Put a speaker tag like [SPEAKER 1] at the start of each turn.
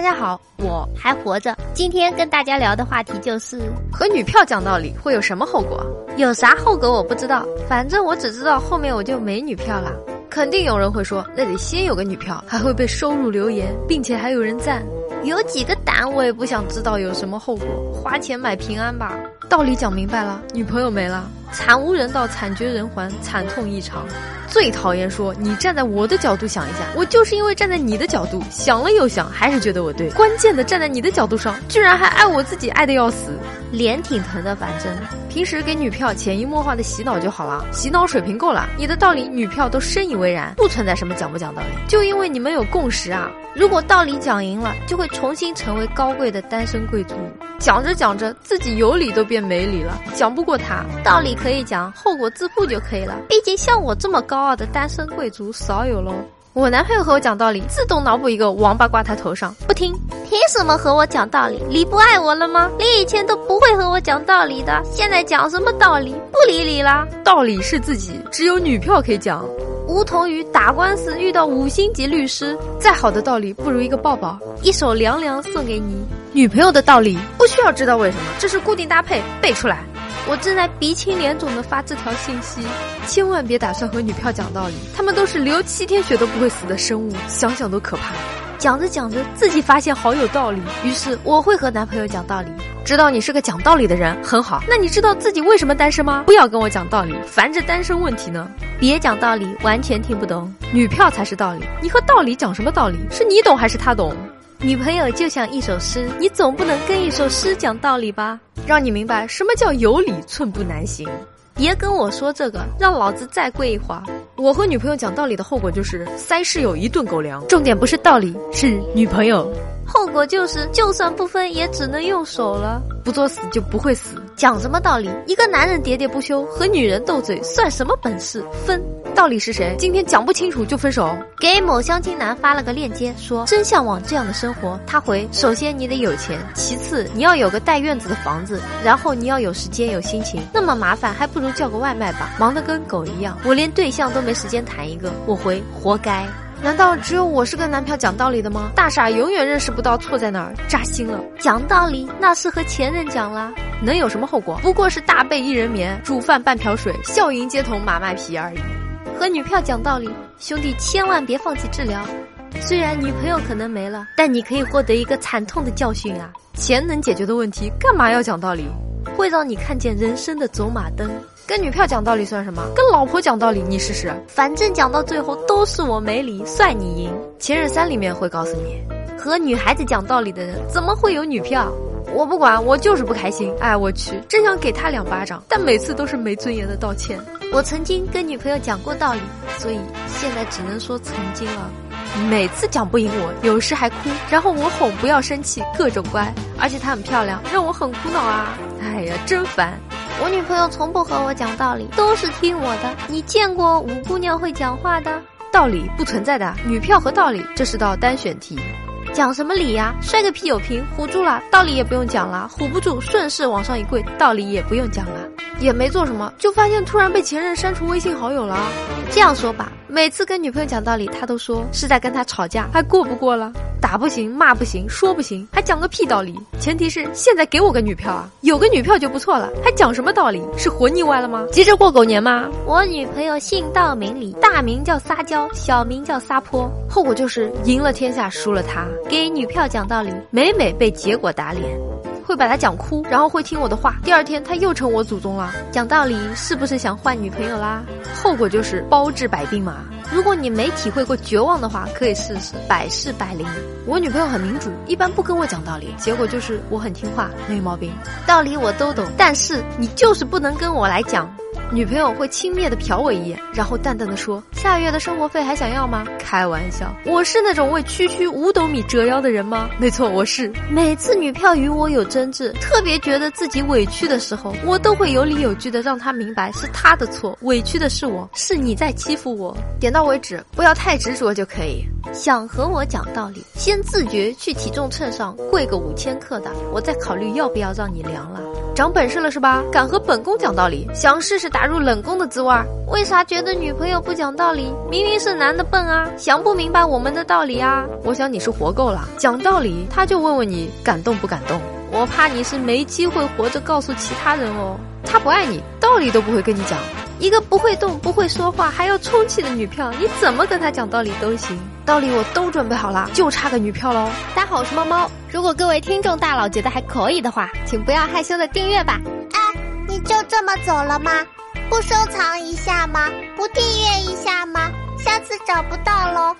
[SPEAKER 1] 家好，我还活着。今天跟大家聊的话题就是
[SPEAKER 2] 和女票讲道理会有什么后果？有啥后果我不知道，反正我只知道后面我就没女票了。肯定有人会说，那得先有个女票，还会被收入留言，并且还有人赞。有几个胆，我也不想知道有什么后果。花钱买平安吧，道理讲明白了，女朋友没了，惨无人道，惨绝人寰，惨痛异常。最讨厌说你站在我的角度想一下，我就是因为站在你的角度想了又想，还是觉得我对。关键的站在你的角度上，居然还爱我自己，爱的要死，脸挺疼的。反正平时给女票潜移默化的洗脑就好了，洗脑水平够了，你的道理女票都深以为然，不存在什么讲不讲道理，就因为你们有共识啊。如果道理讲赢了，就会重新成为高贵的单身贵族。讲着讲着，自己有理都变没理了，讲不过他。道理可以讲，后果自负就可以了。毕竟像我这么高傲的单身贵族少有喽。我男朋友和我讲道理，自动脑补一个王八挂他头上，不听。
[SPEAKER 1] 凭什么和我讲道理？你不爱我了吗？你以前都不会和我讲道理的，现在讲什么道理？不理你啦！
[SPEAKER 2] 道理是自己，只有女票可以讲。梧桐雨打官司遇到五星级律师，再好的道理不如一个抱抱，一首凉凉送给你。女朋友的道理不需要知道为什么，这是固定搭配，背出来。我正在鼻青脸肿的发这条信息，千万别打算和女票讲道理，他们都是流七天血都不会死的生物，想想都可怕。讲着讲着，自己发现好有道理，于是我会和男朋友讲道理。知道你是个讲道理的人，很好。那你知道自己为什么单身吗？不要跟我讲道理，烦这单身问题呢。
[SPEAKER 1] 别讲道理，完全听不懂。
[SPEAKER 2] 女票才是道理，你和道理讲什么道理？是你懂还是他懂？
[SPEAKER 1] 女朋友就像一首诗，你总不能跟一首诗讲道理吧？
[SPEAKER 2] 让你明白什么叫有理寸步难行。
[SPEAKER 1] 别跟我说这个，让老子再跪一会儿。
[SPEAKER 2] 我和女朋友讲道理的后果就是塞室友一顿狗粮。重点不是道理，是女朋友。
[SPEAKER 1] 后果就是，就算不分，也只能用手了。
[SPEAKER 2] 不作死就不会死。
[SPEAKER 1] 讲什么道理？一个男人喋喋不休，和女人斗嘴，算什么本事？分。
[SPEAKER 2] 道理是谁？今天讲不清楚就分手。
[SPEAKER 1] 给某相亲男发了个链接，说真向往这样的生活。他回：首先你得有钱，其次你要有个带院子的房子，然后你要有时间有心情。那么麻烦，还不如叫个外卖吧，忙得跟狗一样。我连对象都没时间谈一个。我回：活该。
[SPEAKER 2] 难道只有我是跟男票讲道理的吗？大傻永远认识不到错在哪儿，扎心了。
[SPEAKER 1] 讲道理那是和前任讲啦，
[SPEAKER 2] 能有什么后果？不过是大被一人眠，煮饭半瓢水，笑迎街头马麦皮而已。
[SPEAKER 1] 和女票讲道理，兄弟千万别放弃治疗。虽然女朋友可能没了，但你可以获得一个惨痛的教训啊！
[SPEAKER 2] 钱能解决的问题，干嘛要讲道理？
[SPEAKER 1] 会让你看见人生的走马灯。
[SPEAKER 2] 跟女票讲道理算什么？跟老婆讲道理，你试试。
[SPEAKER 1] 反正讲到最后都是我没理，算你赢。
[SPEAKER 2] 前任三里面会告诉你，
[SPEAKER 1] 和女孩子讲道理的人怎么会有女票？
[SPEAKER 2] 我不管，我就是不开心。哎，我去，真想给他两巴掌，但每次都是没尊严的道歉。
[SPEAKER 1] 我曾经跟女朋友讲过道理，所以现在只能说曾经了。
[SPEAKER 2] 每次讲不赢我，有时还哭，然后我哄不要生气，各种乖，而且她很漂亮，让我很苦恼啊！哎呀，真烦。
[SPEAKER 1] 我女朋友从不和我讲道理，都是听我的。你见过五姑娘会讲话的？
[SPEAKER 2] 道理不存在的，女票和道理这是道单选题。
[SPEAKER 1] 讲什么理呀、啊？摔个啤酒瓶唬住了，道理也不用讲了；唬不住，顺势往上一跪，道理也不用讲了。
[SPEAKER 2] 也没做什么，就发现突然被前任删除微信好友了。
[SPEAKER 1] 这样说吧，每次跟女朋友讲道理，她都说是在跟她吵架，还过不过了？
[SPEAKER 2] 打不行，骂不行，说不行，还讲个屁道理？前提是现在给我个女票啊，有个女票就不错了，还讲什么道理？是活腻歪了吗？急着过狗年吗？
[SPEAKER 1] 我女朋友信道明理，大名叫撒娇，小名叫撒泼，
[SPEAKER 2] 后果就是赢了天下，输了她。
[SPEAKER 1] 给女票讲道理，
[SPEAKER 2] 每每被结果打脸，会把她讲哭，然后会听我的话。第二天她又成我祖宗了。
[SPEAKER 1] 讲道理是不是想换女朋友啦？
[SPEAKER 2] 后果就是包治百病嘛。
[SPEAKER 1] 如果你没体会过绝望的话，可以试试百试百灵。
[SPEAKER 2] 我女朋友很民主，一般不跟我讲道理，结果就是我很听话，没毛病。
[SPEAKER 1] 道理我都懂，但是你就是不能跟我来讲。
[SPEAKER 2] 女朋友会轻蔑的瞟我一眼，然后淡淡的说：“下月的生活费还想要吗？”开玩笑，我是那种为区区五斗米折腰的人吗？没错，我是。
[SPEAKER 1] 每次女票与我有争执，特别觉得自己委屈的时候，我都会有理有据的让她明白是她的错，委屈的是我，是你在欺负我。
[SPEAKER 2] 点到为止，不要太执着就可以。
[SPEAKER 1] 想和我讲道理，先自觉去体重秤上跪个五千克的，我再考虑要不要让你量了。
[SPEAKER 2] 长本事了是吧？敢和本宫讲道理，想试试打入冷宫的滋味儿？为啥觉得女朋友不讲道理？明明是男的笨啊，想不明白我们的道理啊！我想你是活够了，讲道理他就问问你感动不感动。我怕你是没机会活着告诉其他人哦。他不爱你，道理都不会跟你讲。一个不会动、不会说话还要充气的女票，你怎么跟她讲道理都行。道理我都准备好了，就差个女票喽。
[SPEAKER 1] 大家好，我是猫猫。如果各位听众大佬觉得还可以的话，请不要害羞的订阅吧。
[SPEAKER 3] 你就这么走了吗？不收藏一下吗？不订阅一下吗？下次找不到喽。